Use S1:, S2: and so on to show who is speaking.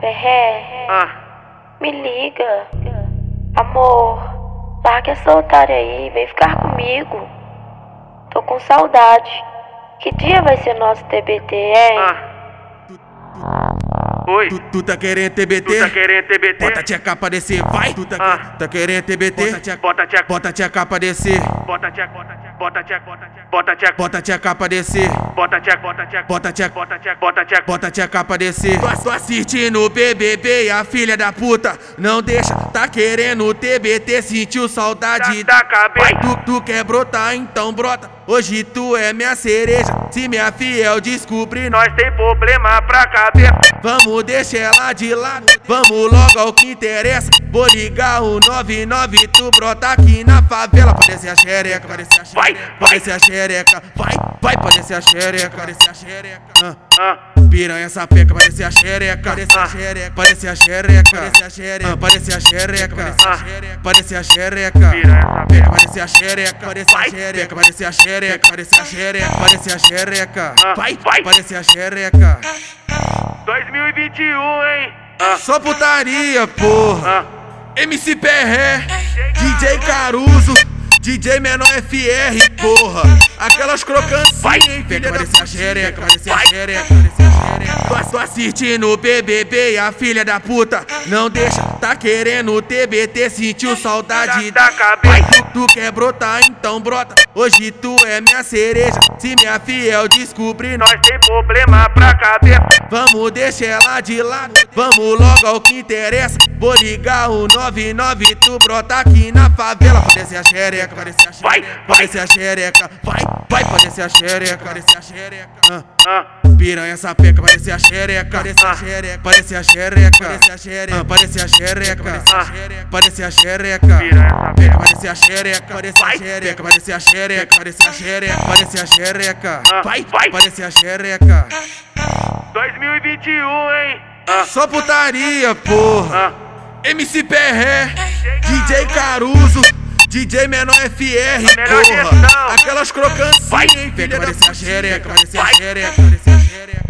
S1: Perré,
S2: Ah,
S1: me liga. Amor, larga essa otária aí, vem ficar comigo. Tô com saudade. Que dia vai ser nosso TBT, hein?
S2: ah. Oi,
S3: Tu, tu tá querendo
S2: tu tá
S3: TBT?
S2: querendo TBT?
S3: Bota a tcheca pra descer, vai! Tu tá,
S2: Ah.
S3: tá querendo TBT?
S2: Bota tcheca,
S3: Bota a tcheca pra descer,
S2: bota tcheca, bota tcheca, bota tcheca, bota tcheca, bota tcheca,
S3: bota a tcheca pra descer,
S2: bota tcheca, bota tcheca,
S3: bota a tcheca,
S2: bota tcheca, bota tcheca,
S3: bota a tcheca pra descer. Tô, tô assistindo o BBB, a filha da puta não deixa. Tá querendo TBT, sentiu saudade
S2: da cabeça.
S3: Tu, tu quer brotar, então brota. Hoje tu é minha cereja. Se minha fiel descobrir, nós
S2: Nós tem problema pra cabeça.
S3: vamos deixar ela de lado. Vamos logo ao que interessa. Vou ligar o 99, tu brota aqui na favela. Parece a xereca, parece a xereca.
S2: Vai, vai.
S3: parece a xereca. Vai, vai, parece a xereca, parece a xereca. Ah.
S2: Ah,
S3: Piranha sapeca, parece a xereca, parece a
S2: Ah.
S3: xereca, parece a xereca, parece a xereca, parece a xereca,
S2: Ah.
S3: parece a xereca,
S2: Piranha sapeca.
S3: parece a xereca, parece a
S2: Vai.
S3: xereca, parece a xereca, parece a xereca, parece a xereca,
S2: Ah.
S3: vai,
S2: Vai.
S3: parece a xereca.
S2: 2021, hein? Ah,
S3: Só putaria, porra.
S2: ah.
S3: MC Perré, DJ Caruso, DJ Menor FR, porra. Aquelas
S2: Vai.
S3: crocancinhas, hein, filha da
S2: Parece
S3: puta.
S2: a xereca,
S3: parece a
S2: Vai.
S3: xereca, parece a xereca. Tô- Tô assistindo o BBB, a filha da puta não deixa. Tá querendo o TBT, sentiu saudade
S2: Da- da cabeça.
S3: Tu, tu quer brotar, então brota. Hoje tu é minha cereja. Se minha fiel descobrir, nós
S2: Nós tem problema pra cabeça.
S3: Vamos deixar ela de lado, vamos logo ao que interessa. Vou ligar o 99, tu brota aqui na favela. Parece a xereca, parece a xereca,
S2: Vai, vai.
S3: parece a xereca, vai, vai, parece a xereca, parece a xereca. Ah.
S2: Ah,
S3: Piranha sapeca, parece a xereca, parece a
S2: Ah.
S3: xereca, parece a xereca, parece a xereca, Ah, parece a xereca, parece a
S2: Ah.
S3: xereca, parece a xereca.
S2: piranha
S3: Peca,
S2: sapeca.
S3: parece a xereca, parece a
S2: Vai.
S3: xereca, parece a xereca, parece a xereca, parece a xereca,
S2: Ah.
S3: vai,
S2: Vai.
S3: parece a xereca.
S2: 2021, hein? Ah,
S3: Só putaria, porra.
S2: ah.
S3: MC Perré, DJ Caruso, DJ Menor FR,
S2: Menor
S3: porra.
S2: gestão.
S3: Aquelas
S2: Vai.
S3: crocancinhas, hein, filha da
S2: Vai.
S3: xereca, parece a
S2: Vai.
S3: xereca, parece a xereca.